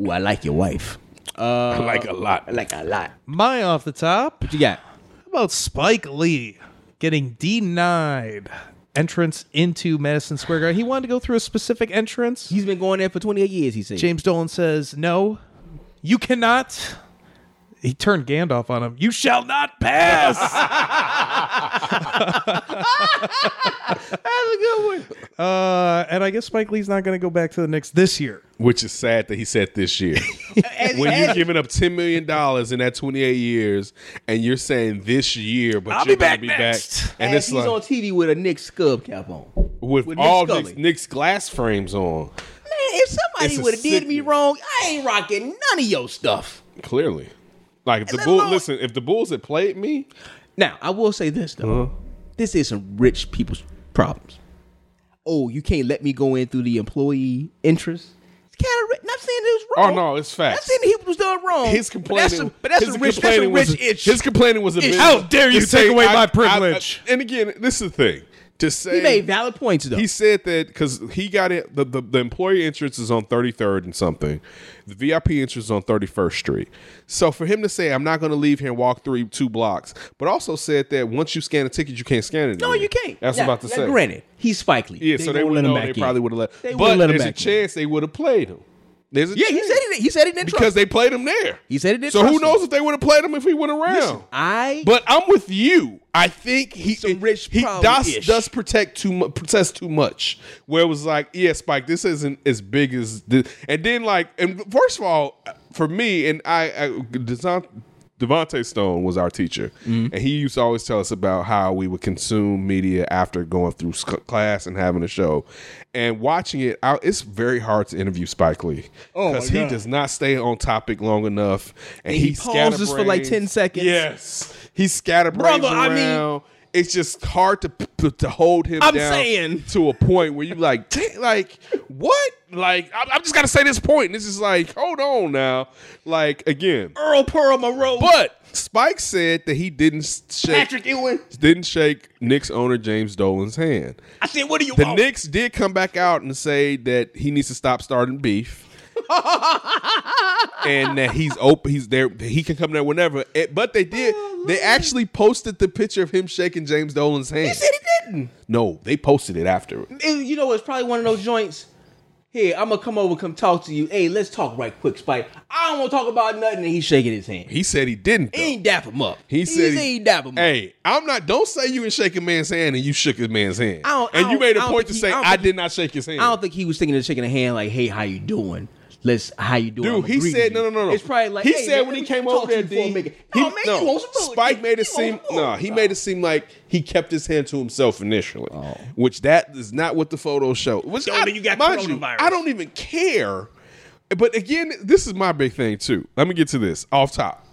[SPEAKER 3] Ooh, I like your wife.
[SPEAKER 1] Uh, I like a lot.
[SPEAKER 3] I like her a lot.
[SPEAKER 2] My off the top.
[SPEAKER 3] What you got?
[SPEAKER 2] How about Spike Lee getting denied entrance into Madison Square Garden? He wanted to go through a specific entrance.
[SPEAKER 3] He's been going there for 28 years. He said.
[SPEAKER 2] James Dolan says, "No, you cannot." He turned Gandalf on him. You shall not pass.
[SPEAKER 3] That's a good one.
[SPEAKER 2] uh, and I guess Spike Lee's not going to go back to the Knicks this year.
[SPEAKER 1] Which is sad that he said this year. when you're giving up ten million dollars in that twenty eight years, and you're saying this year, but
[SPEAKER 2] I'll
[SPEAKER 1] you're
[SPEAKER 2] be
[SPEAKER 1] gonna
[SPEAKER 2] back next.
[SPEAKER 1] and
[SPEAKER 3] As
[SPEAKER 1] it's
[SPEAKER 3] he's
[SPEAKER 1] like
[SPEAKER 3] on TV with a Nick Scub cap on. Man,
[SPEAKER 1] with,
[SPEAKER 3] with Nick
[SPEAKER 1] all
[SPEAKER 3] Scully.
[SPEAKER 1] Nick's, Nick's glass frames on,
[SPEAKER 3] if
[SPEAKER 1] It's
[SPEAKER 3] somebody
[SPEAKER 1] a
[SPEAKER 3] would have did me
[SPEAKER 1] sickness.
[SPEAKER 3] wrong, I ain't rocking none of your stuff.
[SPEAKER 1] clearly. Like if the
[SPEAKER 3] let
[SPEAKER 1] bull,
[SPEAKER 3] alone-
[SPEAKER 1] listen, if the Bulls had played me,
[SPEAKER 3] Now, I will say this though.
[SPEAKER 1] Uh-huh.
[SPEAKER 3] This is some rich people's problems. Oh, you can't let me go in through the employee interest. It's kind of rich. Not saying it was
[SPEAKER 1] oh
[SPEAKER 3] wrong.
[SPEAKER 1] no, it's
[SPEAKER 3] Not
[SPEAKER 1] facts.
[SPEAKER 3] saying he was doing wrong.
[SPEAKER 1] His
[SPEAKER 3] But that's
[SPEAKER 1] complaining,
[SPEAKER 3] a, but that's
[SPEAKER 1] his
[SPEAKER 3] a rich, that's a
[SPEAKER 1] complaining
[SPEAKER 3] rich
[SPEAKER 1] was,
[SPEAKER 3] itch.
[SPEAKER 1] His complaining was a
[SPEAKER 3] Itch.
[SPEAKER 1] bit.
[SPEAKER 2] How dare you
[SPEAKER 1] to
[SPEAKER 2] take away my
[SPEAKER 1] I-
[SPEAKER 2] privilege.
[SPEAKER 1] I- and again, this is the thing. to say
[SPEAKER 3] He made valid points though.
[SPEAKER 1] He said that because he got it. The, the, the employee entrance is on 33rd and something. The VIP entrance is on 31st Street. So for him to say, I'm not going to leave here and walk three two blocks, but also said that once you scan a ticket, you can't scan it.
[SPEAKER 3] no,
[SPEAKER 1] anymore.
[SPEAKER 3] you can't.
[SPEAKER 1] That's
[SPEAKER 3] Now-
[SPEAKER 1] what I'm about to
[SPEAKER 3] now,
[SPEAKER 1] say.
[SPEAKER 3] Granted, he's Spike Lee.
[SPEAKER 1] Yeah, so they
[SPEAKER 3] won't
[SPEAKER 1] would have.
[SPEAKER 3] let him
[SPEAKER 1] They
[SPEAKER 3] back in.
[SPEAKER 1] probably would have let.
[SPEAKER 3] They would've
[SPEAKER 1] but
[SPEAKER 3] let him
[SPEAKER 1] there's a
[SPEAKER 3] back in.
[SPEAKER 1] chance they would have played him. There's a
[SPEAKER 3] Yeah, he
[SPEAKER 1] chance.
[SPEAKER 3] said it. He said it in
[SPEAKER 1] because they played him there.
[SPEAKER 3] He said he didn't
[SPEAKER 1] So who
[SPEAKER 3] trust
[SPEAKER 1] knows if they would have played him if he went around?
[SPEAKER 3] I
[SPEAKER 1] But I'm with you. I think he
[SPEAKER 3] Some rich
[SPEAKER 1] he does,
[SPEAKER 3] probably-ish.
[SPEAKER 1] does protect too much protest too much. Where it was like, yeah, Spike, this isn't as big as this. And then like, and first of all, for me, and I, I Deson- Devontae Stone was our teacher,
[SPEAKER 3] Mm-hmm.
[SPEAKER 1] and he used to always tell us about how we would consume media after going through sc- class and having a show, and watching it. I, it's very hard to interview Spike Lee
[SPEAKER 3] Oh, my
[SPEAKER 1] because he
[SPEAKER 3] God.
[SPEAKER 1] does not stay on topic long enough, and,
[SPEAKER 3] And he pauses for, like,
[SPEAKER 1] scatterbrains.
[SPEAKER 3] 10 seconds.
[SPEAKER 1] Yes, he's scatterbrained
[SPEAKER 3] Brother, I
[SPEAKER 1] around.
[SPEAKER 3] mean-
[SPEAKER 1] it's just hard to p- p- to hold him.
[SPEAKER 3] I'm
[SPEAKER 1] down
[SPEAKER 3] saying.
[SPEAKER 1] to a point where you like, "Dang, like what? Like I'm, I'm just gotta say this point. And this is like, hold on now. Like again,
[SPEAKER 3] Earl Pearl Monroe,
[SPEAKER 1] but Spike said that he didn't s- shake
[SPEAKER 3] Patrick Ewing.
[SPEAKER 1] didn't shake Knicks owner James Dolan's hand.
[SPEAKER 3] I said, what do you
[SPEAKER 1] The
[SPEAKER 3] want?
[SPEAKER 1] Knicks did come back out and say that he needs to stop starting beef. and that he's open he's there he can come there whenever Eh, but they did they actually posted the picture of him shaking james dolan's hand
[SPEAKER 3] he said he didn't.
[SPEAKER 1] no they posted it afterward
[SPEAKER 3] And you know, it's probably one of those joints. Here, I'm gonna come over, come talk to you. Hey, let's talk right quick, Spike. I don't want to talk about nothing. And he's shaking his hand.
[SPEAKER 1] he said he didn't though.
[SPEAKER 3] He ain't dap him up.
[SPEAKER 1] He said
[SPEAKER 3] he ain't dap him up.
[SPEAKER 1] Hey, I'm not. Don't say you didn't shake a man's hand and you shook his man's hand.
[SPEAKER 3] I don't- I
[SPEAKER 1] and you
[SPEAKER 3] don't-
[SPEAKER 1] made a
[SPEAKER 3] I don't
[SPEAKER 1] point to
[SPEAKER 3] think he-
[SPEAKER 1] say
[SPEAKER 3] I don't
[SPEAKER 1] I
[SPEAKER 3] think he-
[SPEAKER 1] did not shake his hand.
[SPEAKER 3] I don't think he was thinking of shaking a hand like, "Hey, how you doing? Let's how you doing?"
[SPEAKER 1] Dude,
[SPEAKER 3] I'ma
[SPEAKER 1] he
[SPEAKER 3] greet
[SPEAKER 1] said
[SPEAKER 3] you."
[SPEAKER 1] no, no, no, no.
[SPEAKER 3] It's probably like
[SPEAKER 1] he
[SPEAKER 3] "Hey,
[SPEAKER 1] said
[SPEAKER 3] man,
[SPEAKER 1] when
[SPEAKER 3] let
[SPEAKER 1] he
[SPEAKER 3] me
[SPEAKER 1] came
[SPEAKER 3] talk
[SPEAKER 1] over there.
[SPEAKER 3] to you for a
[SPEAKER 1] D,
[SPEAKER 3] minute."
[SPEAKER 1] he-
[SPEAKER 3] no, man,
[SPEAKER 1] no.
[SPEAKER 3] you want some food.
[SPEAKER 1] Spike
[SPEAKER 3] You
[SPEAKER 1] made it
[SPEAKER 3] want some
[SPEAKER 1] seem
[SPEAKER 3] food.
[SPEAKER 1] no. he made it seem like he kept his hand to himself initially,
[SPEAKER 3] Oh.
[SPEAKER 1] which that is not what the photos show. Which I,
[SPEAKER 2] you got
[SPEAKER 1] mind you,
[SPEAKER 2] coronavirus.
[SPEAKER 1] I don't even care. But again, this is my big thing too. Let me get to this off top.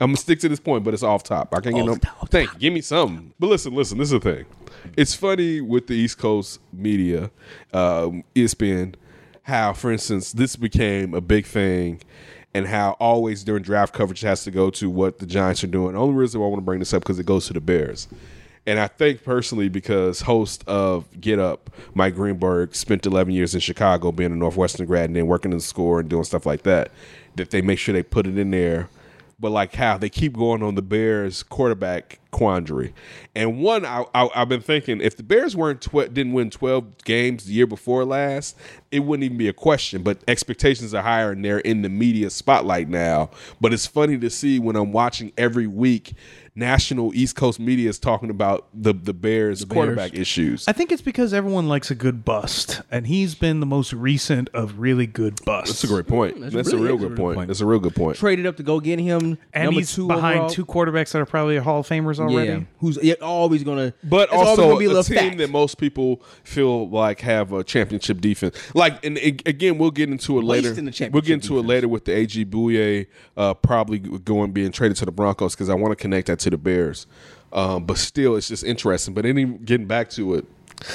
[SPEAKER 1] I'm gonna stick to this point, but it's off top. I can't get
[SPEAKER 3] Off
[SPEAKER 1] no.
[SPEAKER 3] top, off
[SPEAKER 1] Thank you. Give me something. But listen, listen. This is the thing. It's funny with the East Coast media, um, ESPN, how, for instance, this became a big thing, and how always during draft coverage it has to go to what the Giants are doing. The only reason why I want to bring this up because it goes to the Bears. And I think personally because host of Get Up, Mike Greenberg spent 11 years in Chicago being a Northwestern grad and then working in the score and doing stuff like that, that they make sure they put it in there. But like how they keep going on the Bears quarterback quandary, and one I, I I've been thinking if the Bears weren't tw- didn't win 12 games the year before last, it wouldn't even be a question. But expectations are higher, and they're in the media spotlight now. But it's funny to see when I'm watching every week national East Coast media is talking about the the Bears quarterback issues.
[SPEAKER 2] I think it's because everyone likes a good bust, and he's been the most recent of really good busts.
[SPEAKER 1] That's a great point. That's, a
[SPEAKER 3] really-
[SPEAKER 1] real
[SPEAKER 3] that's
[SPEAKER 1] good
[SPEAKER 3] a good
[SPEAKER 1] point.
[SPEAKER 3] point.
[SPEAKER 1] That's a real good point.
[SPEAKER 3] traded up to go get him.
[SPEAKER 2] And
[SPEAKER 3] number
[SPEAKER 2] he's
[SPEAKER 3] two
[SPEAKER 2] behind
[SPEAKER 3] overall.
[SPEAKER 2] two quarterbacks that are probably Hall of Famers already.
[SPEAKER 3] Yeah, who's yeah, always gonna,
[SPEAKER 1] But
[SPEAKER 3] that's
[SPEAKER 1] also
[SPEAKER 3] always gonna
[SPEAKER 1] a, team
[SPEAKER 3] fact.
[SPEAKER 1] that most people feel like have a championship defense. Like, and a- again, we'll get into it later.
[SPEAKER 3] Wasting the championship
[SPEAKER 1] we'll get into it
[SPEAKER 3] defense.
[SPEAKER 1] later with the AG Bouye uh, probably going being traded to the Broncos because I want to connect that to the Bears. Um, but still, it's just interesting. But any getting back to it,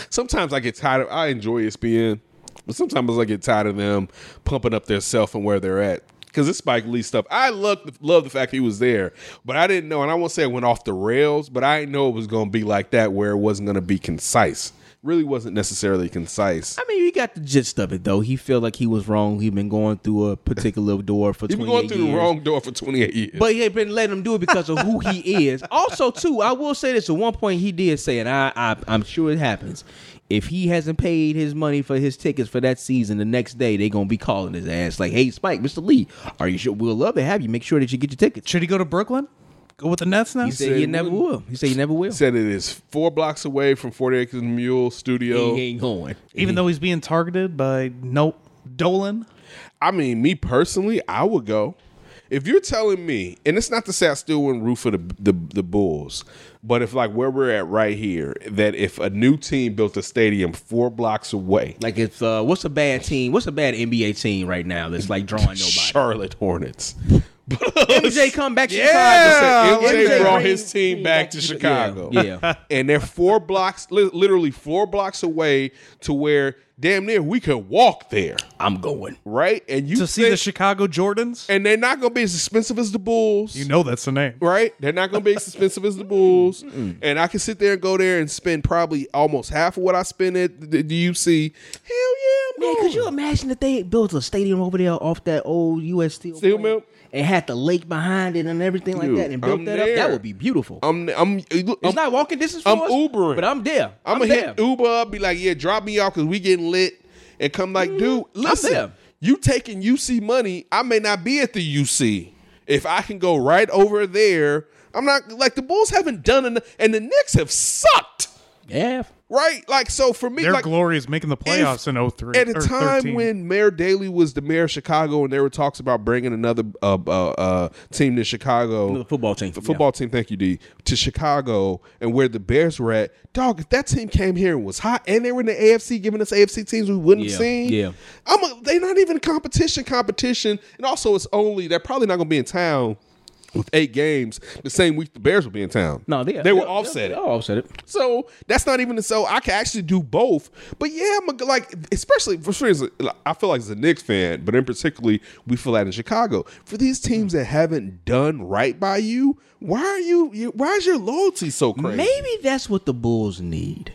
[SPEAKER 1] sometimes I get tired of. I enjoy E ESPN, but sometimes I get tired of them pumping up their self and where they're at. Because it's Spike Lee stuff. I love the, love the fact he was there, but I didn't know, and I won't say it went off the rails, but I didn't know it was going to be like that, where it wasn't going to be concise. Really wasn't necessarily concise.
[SPEAKER 3] I mean, you got the gist of it though. He felt like he was wrong. He'd been going through a particular door for
[SPEAKER 1] You've
[SPEAKER 3] twenty
[SPEAKER 1] been
[SPEAKER 3] years.
[SPEAKER 1] going through the wrong door for 28 years.
[SPEAKER 3] But he ain't been letting him do it because of who he is. Also, too, I will say this: at one point, he did say, and I, I I'm sure it happens. If he hasn't paid his money for his tickets for that season, the next day they're gonna be calling his ass like, "Hey, Spike, Mr. Lee, are you sure? We'll love to have you. Make sure that you get your tickets."
[SPEAKER 2] Should he go to Brooklyn? Go with the Nets now?
[SPEAKER 3] He said,
[SPEAKER 1] said
[SPEAKER 3] he
[SPEAKER 1] he
[SPEAKER 3] never
[SPEAKER 1] wouldn't.
[SPEAKER 3] will. He said he never will.
[SPEAKER 1] said it is four blocks away from 40 Acres and Mule Studio.
[SPEAKER 3] he ain't going.
[SPEAKER 2] Even though he's being targeted by no Dolan.
[SPEAKER 1] I mean, me personally, I would go. If you're telling me, and it's not to say I still wouldn't root for the, the the Bulls, but if like where we're at right here, that if a new team built a stadium four blocks away,
[SPEAKER 3] Like it's uh, what's a bad team? What's a bad NBA team right now that's like drawing nobody?
[SPEAKER 1] Charlotte Hornets.
[SPEAKER 3] MJ come back to
[SPEAKER 1] Yeah,
[SPEAKER 3] Chicago.
[SPEAKER 1] MJ,
[SPEAKER 3] bring-
[SPEAKER 1] brought his team back to Chicago.
[SPEAKER 3] Yeah, yeah.
[SPEAKER 1] and they're four blocks, li- literally four blocks away to where damn near we could walk there,
[SPEAKER 3] I'm going.
[SPEAKER 1] right? And you
[SPEAKER 2] to see the
[SPEAKER 1] think-
[SPEAKER 2] Chicago Jordans.
[SPEAKER 1] and they're not going to be as expensive as the Bulls.
[SPEAKER 2] You know that's the name.
[SPEAKER 1] Right, they're not going to be as expensive
[SPEAKER 3] Mm.
[SPEAKER 1] as the Bulls, and I can sit there and go there and spend probably almost half of what I spend at the the UC. Hell yeah,
[SPEAKER 3] Man,
[SPEAKER 1] I'm
[SPEAKER 3] could
[SPEAKER 1] going.
[SPEAKER 3] you imagine if they built a stadium over there off that old U.S. Steel,
[SPEAKER 1] Steel
[SPEAKER 3] plant
[SPEAKER 1] mill?
[SPEAKER 3] and had the lake behind it and everything like
[SPEAKER 1] Dude,
[SPEAKER 3] that, and built
[SPEAKER 1] I'm
[SPEAKER 3] that
[SPEAKER 1] there.
[SPEAKER 3] up? That would be beautiful.
[SPEAKER 1] I'm, I'm, look,
[SPEAKER 3] it's
[SPEAKER 1] I'm,
[SPEAKER 3] not walking distance.
[SPEAKER 1] I'm
[SPEAKER 3] for us,
[SPEAKER 1] Ubering.
[SPEAKER 3] but I'm there.
[SPEAKER 1] I'm
[SPEAKER 3] I'm,
[SPEAKER 1] gonna
[SPEAKER 3] there.
[SPEAKER 1] hit Uber up, be like, yeah, drop me off because we getting lit, and come like,
[SPEAKER 3] Mm-hmm.
[SPEAKER 1] dude, listen,
[SPEAKER 3] there.
[SPEAKER 1] you taking UC money? I may not be at the UC. If I can go right over there, I'm not like the Bulls haven't done enough, and the Knicks have sucked,
[SPEAKER 3] yeah,
[SPEAKER 1] right? Like so for me,
[SPEAKER 2] Their
[SPEAKER 1] like
[SPEAKER 2] glory is making the playoffs in 03.
[SPEAKER 1] at a
[SPEAKER 2] or
[SPEAKER 1] time
[SPEAKER 2] 13.
[SPEAKER 1] when Mayor Daley was the mayor of Chicago, and there were talks about bringing another uh, uh, uh, team to Chicago,
[SPEAKER 3] Another football team,
[SPEAKER 1] the football team. Thank you, D, to Chicago, and where the Bears were at. Dog, if that team came here and was hot, and they were in the AFC, giving us AFC teams we wouldn't
[SPEAKER 3] Yeah,
[SPEAKER 1] have seen.
[SPEAKER 3] yeah.
[SPEAKER 1] I'm. A, they not even competition. Competition, and also it's only they're probably not going to be in town. With eight games, the same week the Bears will be in town.
[SPEAKER 3] No, they
[SPEAKER 1] they were offset.
[SPEAKER 3] Oh, offset it.
[SPEAKER 1] So that's not even so. I can actually do both. But yeah, I'm a, like, especially for sure. as a- I feel like as a Knicks fan, but in particularly, we feel that in Chicago for these teams that haven't done right by you. Why are you? you why is your loyalty so crazy?
[SPEAKER 3] Maybe that's what the Bulls need.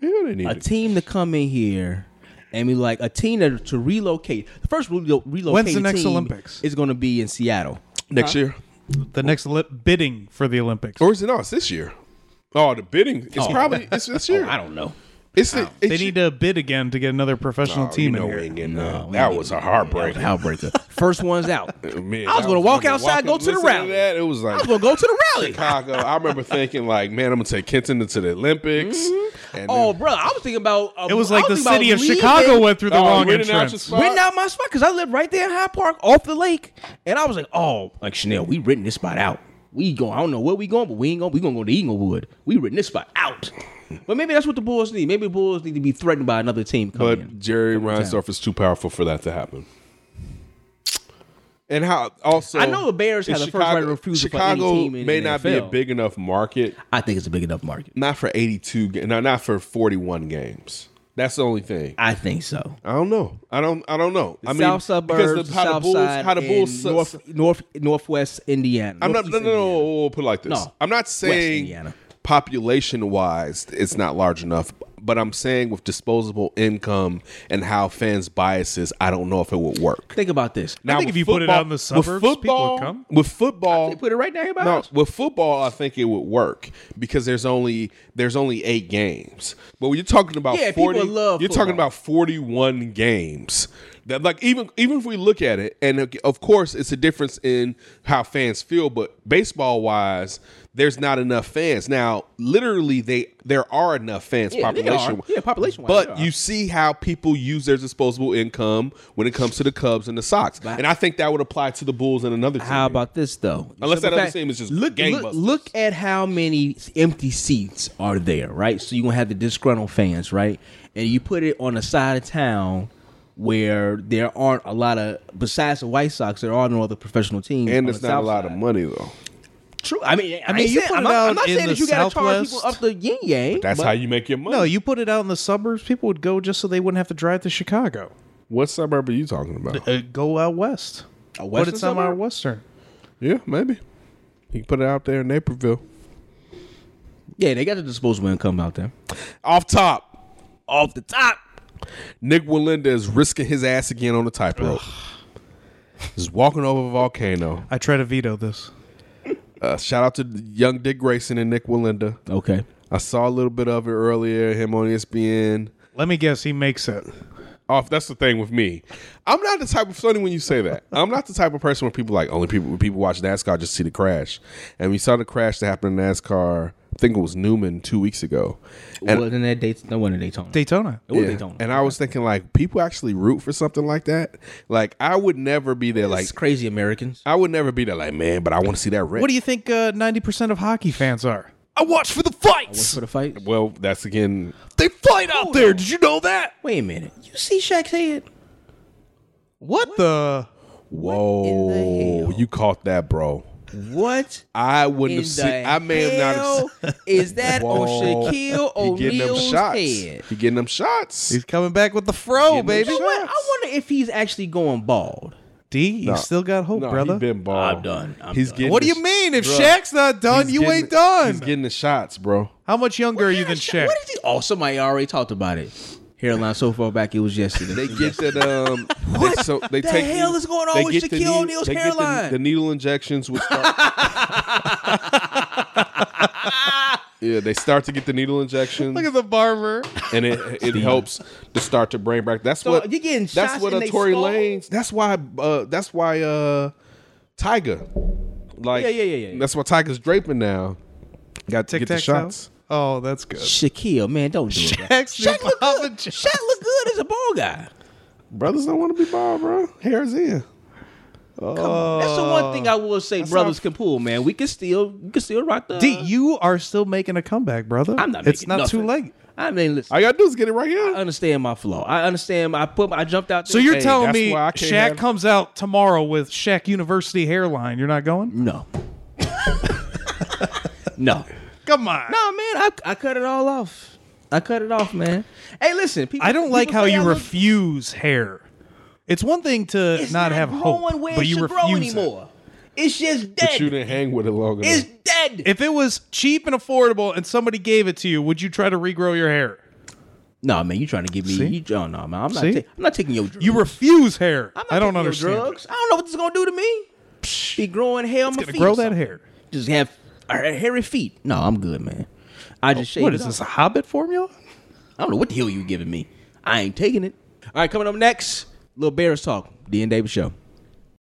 [SPEAKER 1] Yeah, they need
[SPEAKER 3] a
[SPEAKER 1] it.
[SPEAKER 3] team to come in here and be like a team to, to relocate. The first relo- relocated
[SPEAKER 2] When's the next
[SPEAKER 3] team
[SPEAKER 2] Olympics?
[SPEAKER 3] is going to be in Seattle.
[SPEAKER 1] next year,
[SPEAKER 2] the next li- bidding for the Olympics.
[SPEAKER 1] or is it no? It's this year. Oh, the bidding. It's probably it's this year.
[SPEAKER 3] Oh, I don't know.
[SPEAKER 1] It's the, it's
[SPEAKER 2] They need to bid again to get another professional
[SPEAKER 1] Oh,
[SPEAKER 2] team
[SPEAKER 1] you know
[SPEAKER 2] in
[SPEAKER 1] we
[SPEAKER 2] here.
[SPEAKER 1] ain't getting that. that was a heartbreaker.
[SPEAKER 3] Outbreaker. First one's out.
[SPEAKER 1] Man,
[SPEAKER 3] I was
[SPEAKER 1] that
[SPEAKER 3] gonna walk
[SPEAKER 1] fucking
[SPEAKER 3] outside, go to the
[SPEAKER 1] listen
[SPEAKER 3] rally.
[SPEAKER 1] that, it was like
[SPEAKER 3] I was going to go to the rally.
[SPEAKER 1] Chicago. I remember thinking like, man, I'm gonna take Kenton to the Olympics. And
[SPEAKER 3] Oh,
[SPEAKER 1] then-
[SPEAKER 3] bro, I was thinking about. uh,
[SPEAKER 2] It was
[SPEAKER 3] I
[SPEAKER 2] like the
[SPEAKER 3] thinking
[SPEAKER 2] city
[SPEAKER 3] about
[SPEAKER 2] of
[SPEAKER 3] leaving-
[SPEAKER 2] Chicago went through the
[SPEAKER 1] Oh,
[SPEAKER 2] wrong
[SPEAKER 1] we didn't have to
[SPEAKER 2] entrance.
[SPEAKER 1] spot.
[SPEAKER 3] Renting out my spot because I lived right there in High Park, off the lake, and I was like, "Oh, like Chanel, we renting this spot out. We go. I don't know where we going, but we ain't going. We gonna go to Inglewood. We renting this spot out. But maybe that's what the Bulls need. Maybe the Bulls need to be threatened by another team. Coming in.
[SPEAKER 1] but Jerry Reinsdorf is too powerful for that to happen. And how also
[SPEAKER 3] I know the Bears had
[SPEAKER 1] is
[SPEAKER 3] the first right of refusal for any
[SPEAKER 1] Chicago
[SPEAKER 3] team in
[SPEAKER 1] may
[SPEAKER 3] the
[SPEAKER 1] not be a
[SPEAKER 3] NFL.
[SPEAKER 1] big enough market,
[SPEAKER 3] I think it's a big enough market.
[SPEAKER 1] not for 82, ga- no, not for 41 games. That's the only thing.
[SPEAKER 3] I think so.
[SPEAKER 1] I don't know. I don't. I don't know. I mean,
[SPEAKER 3] South suburbs,
[SPEAKER 1] because the, how
[SPEAKER 3] South
[SPEAKER 1] the Bulls,
[SPEAKER 3] side,
[SPEAKER 1] how the Bulls,
[SPEAKER 3] and
[SPEAKER 1] su-
[SPEAKER 3] North, North, Northwest Indiana.
[SPEAKER 1] I'm not.
[SPEAKER 3] Northeast
[SPEAKER 1] No, no, no.
[SPEAKER 3] Indiana.
[SPEAKER 1] we'll put it like this.
[SPEAKER 3] No.
[SPEAKER 1] I'm not saying
[SPEAKER 3] Indiana.
[SPEAKER 1] population wise, it's not large enough. But I'm saying with disposable income and how fans' biases, I don't know if it would work.
[SPEAKER 3] Think about this.
[SPEAKER 1] Now,
[SPEAKER 2] think
[SPEAKER 1] with
[SPEAKER 2] if you put it out in the
[SPEAKER 1] with
[SPEAKER 2] suburbs, people would
[SPEAKER 1] football-
[SPEAKER 2] come.
[SPEAKER 1] With football,
[SPEAKER 3] They put it right down here by
[SPEAKER 1] no,
[SPEAKER 3] us.
[SPEAKER 1] with football, I think it would work because there's only there's only eight games. But when you're talking about
[SPEAKER 3] Yeah,
[SPEAKER 1] forty,
[SPEAKER 3] people love
[SPEAKER 1] you're talking
[SPEAKER 3] football.
[SPEAKER 1] about forty-one games. That like even even if we look at it, and of course it's a difference in how fans feel. But baseball wise, there's not enough fans now. Literally, they there are enough fans
[SPEAKER 3] Yeah, they
[SPEAKER 1] population.
[SPEAKER 3] are. Yeah, population-wise, they
[SPEAKER 1] But
[SPEAKER 3] are.
[SPEAKER 1] you see how people use their disposable income when it comes to the Cubs and the Sox, and I think that would apply to the Bulls and another. Team.
[SPEAKER 3] How about this though?
[SPEAKER 1] Unless that
[SPEAKER 3] Simple
[SPEAKER 1] other
[SPEAKER 3] fact-
[SPEAKER 1] team is just
[SPEAKER 3] look,
[SPEAKER 1] gangbusters.
[SPEAKER 3] look, look at how many empty seats are there, right? So you're gonna have the disgruntled fans, right? And you put it on a side of town where there aren't a lot of besides the White Sox, there are no other professional teams.
[SPEAKER 1] And
[SPEAKER 3] on
[SPEAKER 1] it's
[SPEAKER 3] the
[SPEAKER 1] not a
[SPEAKER 3] South
[SPEAKER 1] lot
[SPEAKER 3] side.
[SPEAKER 1] of money though.
[SPEAKER 3] True. I mean, I
[SPEAKER 2] mean,
[SPEAKER 3] mean,
[SPEAKER 2] you put
[SPEAKER 3] I'm,
[SPEAKER 2] it
[SPEAKER 3] not, I'm
[SPEAKER 2] out
[SPEAKER 3] not
[SPEAKER 2] in
[SPEAKER 3] saying that
[SPEAKER 2] the
[SPEAKER 3] you gotta charge people
[SPEAKER 2] Southwest.
[SPEAKER 3] up the yin yang.
[SPEAKER 1] That's
[SPEAKER 3] but
[SPEAKER 1] how you make your money.
[SPEAKER 2] No, you put it out in the suburbs, people would go just so they wouldn't have to drive to Chicago.
[SPEAKER 1] what suburb are you talking about?
[SPEAKER 2] Uh, go out west.
[SPEAKER 3] A
[SPEAKER 2] But
[SPEAKER 3] western
[SPEAKER 2] it's not our
[SPEAKER 3] suburb?
[SPEAKER 2] western.
[SPEAKER 1] Yeah, maybe. You can put it out there in Naperville.
[SPEAKER 3] Yeah, they got the disposable income out there.
[SPEAKER 1] Off top,
[SPEAKER 3] Off the top.
[SPEAKER 1] Nick Walinda is risking his ass again on the tightrope. He's walking over a volcano.
[SPEAKER 2] I try to veto this.
[SPEAKER 1] Uh, shout out to young Dick Grayson and Nick Walinda.
[SPEAKER 3] Okay.
[SPEAKER 1] I saw a little bit of it earlier. Him on E ESPN.
[SPEAKER 2] Let me guess, he makes it.
[SPEAKER 1] off. That's the thing with me. I'm not the type of funny when you say that. I'm not the type of person where people like only people when people watch NASCAR just see the crash. And we saw the crash that happened in NASCAR. I think it was Newman two weeks ago. And,
[SPEAKER 3] well, then that dates no one in Daytona.
[SPEAKER 2] Daytona.
[SPEAKER 3] It was
[SPEAKER 1] yeah.
[SPEAKER 3] Daytona.
[SPEAKER 1] and I was thinking like people actually root for something like that. Like I would never be there. Like
[SPEAKER 3] it's crazy Americans.
[SPEAKER 1] I would never be there. Like man, but I want to see that wreck.
[SPEAKER 2] What do you think uh, 90% of hockey fans are?
[SPEAKER 1] I watch for the
[SPEAKER 3] What's
[SPEAKER 1] fights.
[SPEAKER 3] for the fight?
[SPEAKER 1] Well, that's again. They fight out there. Did you know that?
[SPEAKER 3] Wait a minute. You see Shaq's head?
[SPEAKER 2] What, the?
[SPEAKER 1] Whoa, you caught that, bro.
[SPEAKER 3] What?
[SPEAKER 1] I wouldn't
[SPEAKER 3] in
[SPEAKER 1] have seen.
[SPEAKER 3] the
[SPEAKER 1] I may have not. Have,
[SPEAKER 3] hell is that
[SPEAKER 1] Whoa.
[SPEAKER 3] on Shaquille
[SPEAKER 1] he getting them
[SPEAKER 3] O'Neal's
[SPEAKER 1] shots.
[SPEAKER 3] head?
[SPEAKER 1] He getting them shots.
[SPEAKER 2] He's coming back with the fro,
[SPEAKER 1] Getting them
[SPEAKER 2] baby.
[SPEAKER 1] shots.
[SPEAKER 3] What? I wonder if he's actually going bald.
[SPEAKER 2] D, you
[SPEAKER 1] Nah.
[SPEAKER 2] still got hope,
[SPEAKER 1] No,
[SPEAKER 2] brother.
[SPEAKER 1] He been bald.
[SPEAKER 3] I'm done. I'm
[SPEAKER 1] he's
[SPEAKER 3] done.
[SPEAKER 1] getting.
[SPEAKER 2] what do
[SPEAKER 1] the-
[SPEAKER 2] you mean? If
[SPEAKER 1] Bruh,
[SPEAKER 2] Shaq's not done,
[SPEAKER 1] he's
[SPEAKER 2] you
[SPEAKER 1] getting
[SPEAKER 2] ain't
[SPEAKER 1] the- He's
[SPEAKER 2] done.
[SPEAKER 1] getting the shots, bro.
[SPEAKER 2] How much younger are you than Shaq?
[SPEAKER 3] What is he? Oh, somebody already talked about it. Hairline so far back, it was yesterday.
[SPEAKER 1] They get that. Um, They, so they
[SPEAKER 3] the
[SPEAKER 1] take
[SPEAKER 3] hell is going on
[SPEAKER 1] they
[SPEAKER 3] with
[SPEAKER 1] get the
[SPEAKER 3] Shaquille
[SPEAKER 1] needle-
[SPEAKER 3] O'Neal's
[SPEAKER 1] they get the-
[SPEAKER 3] hairline?
[SPEAKER 1] The, needle injections would start. yeah, they start to get the needle injections,
[SPEAKER 2] Look at the barber.
[SPEAKER 1] and it it helps to start to bring back. That's
[SPEAKER 3] So,
[SPEAKER 1] what
[SPEAKER 3] you getting
[SPEAKER 1] That's
[SPEAKER 3] shots
[SPEAKER 1] what
[SPEAKER 3] in
[SPEAKER 1] a
[SPEAKER 3] they
[SPEAKER 1] Tory
[SPEAKER 3] skull?
[SPEAKER 1] Lanez. That's why. Uh, that's why. Uh, Tiger. Like
[SPEAKER 3] Yeah, yeah, yeah, yeah.
[SPEAKER 1] That's why Tiger's draping now. Got to
[SPEAKER 2] Tic
[SPEAKER 1] get the
[SPEAKER 2] Tac
[SPEAKER 1] shots.
[SPEAKER 2] Toe? Oh, that's good.
[SPEAKER 3] Shaquille, man, don't do it. bro.
[SPEAKER 2] Shaq's new
[SPEAKER 3] Shaq look
[SPEAKER 2] Papa
[SPEAKER 3] good.
[SPEAKER 2] John's.
[SPEAKER 3] Shaq look good as a bald guy.
[SPEAKER 1] Brothers don't want to be bald, bro. Hair's in.
[SPEAKER 3] That's the one thing I
[SPEAKER 2] Uh,
[SPEAKER 3] will say. Brothers can pull, man. We can still, we can still rock the.
[SPEAKER 2] D, you are still making a comeback, brother.
[SPEAKER 3] I'm not.
[SPEAKER 2] It's
[SPEAKER 3] making
[SPEAKER 2] not
[SPEAKER 3] nothing.
[SPEAKER 2] too late.
[SPEAKER 3] I mean, listen.
[SPEAKER 1] All you gotta do is get it right
[SPEAKER 3] I
[SPEAKER 1] here.
[SPEAKER 3] understand my flaw. I understand. I put. I jumped out.
[SPEAKER 2] So
[SPEAKER 3] there-
[SPEAKER 2] you're
[SPEAKER 3] Hey,
[SPEAKER 2] telling
[SPEAKER 1] that's
[SPEAKER 2] me
[SPEAKER 1] why I
[SPEAKER 2] Shaq
[SPEAKER 1] can't have-
[SPEAKER 2] comes out tomorrow with Shaq University hairline? You're not going?
[SPEAKER 3] no, no,
[SPEAKER 2] Come on.
[SPEAKER 3] no, man. I, I cut it all off. I cut it off, man. Hey, listen. People,
[SPEAKER 2] I don't like
[SPEAKER 3] people
[SPEAKER 2] how
[SPEAKER 3] say I
[SPEAKER 2] you
[SPEAKER 3] look-
[SPEAKER 2] refuse hair. It's one thing to
[SPEAKER 3] It's
[SPEAKER 2] not, have hope,
[SPEAKER 3] growing where
[SPEAKER 2] but
[SPEAKER 3] it
[SPEAKER 2] you
[SPEAKER 3] should grow
[SPEAKER 2] refuse it.
[SPEAKER 3] anymore. It's just
[SPEAKER 1] But
[SPEAKER 3] dead.
[SPEAKER 1] you didn't hang with it long enough.
[SPEAKER 3] it's dead.
[SPEAKER 2] If it was cheap and affordable and somebody gave it to you, would you try to regrow your hair?
[SPEAKER 3] no, man. You trying to give me?
[SPEAKER 2] See?
[SPEAKER 3] You, oh, no, man. I'm not.
[SPEAKER 2] See?
[SPEAKER 3] ta- I'm not taking your. Drugs.
[SPEAKER 2] You refuse hair.
[SPEAKER 3] Mm. I'm not
[SPEAKER 2] I don't
[SPEAKER 3] taking your
[SPEAKER 2] understand.
[SPEAKER 3] Drugs. I don't know what this is gonna do to me. Be growing hair on my
[SPEAKER 2] Gonna
[SPEAKER 3] feet.
[SPEAKER 2] grow
[SPEAKER 3] or
[SPEAKER 2] that
[SPEAKER 3] something.
[SPEAKER 2] hair.
[SPEAKER 3] Just have uh, hairy feet. No, I'm good, man. I just shaved
[SPEAKER 2] Oh, What
[SPEAKER 3] it
[SPEAKER 2] is
[SPEAKER 3] off.
[SPEAKER 2] this? A Hobbit formula?
[SPEAKER 3] I don't know what the hell you giving me. I ain't taking it. All right, coming up next, little Bears talk. D and Davis show.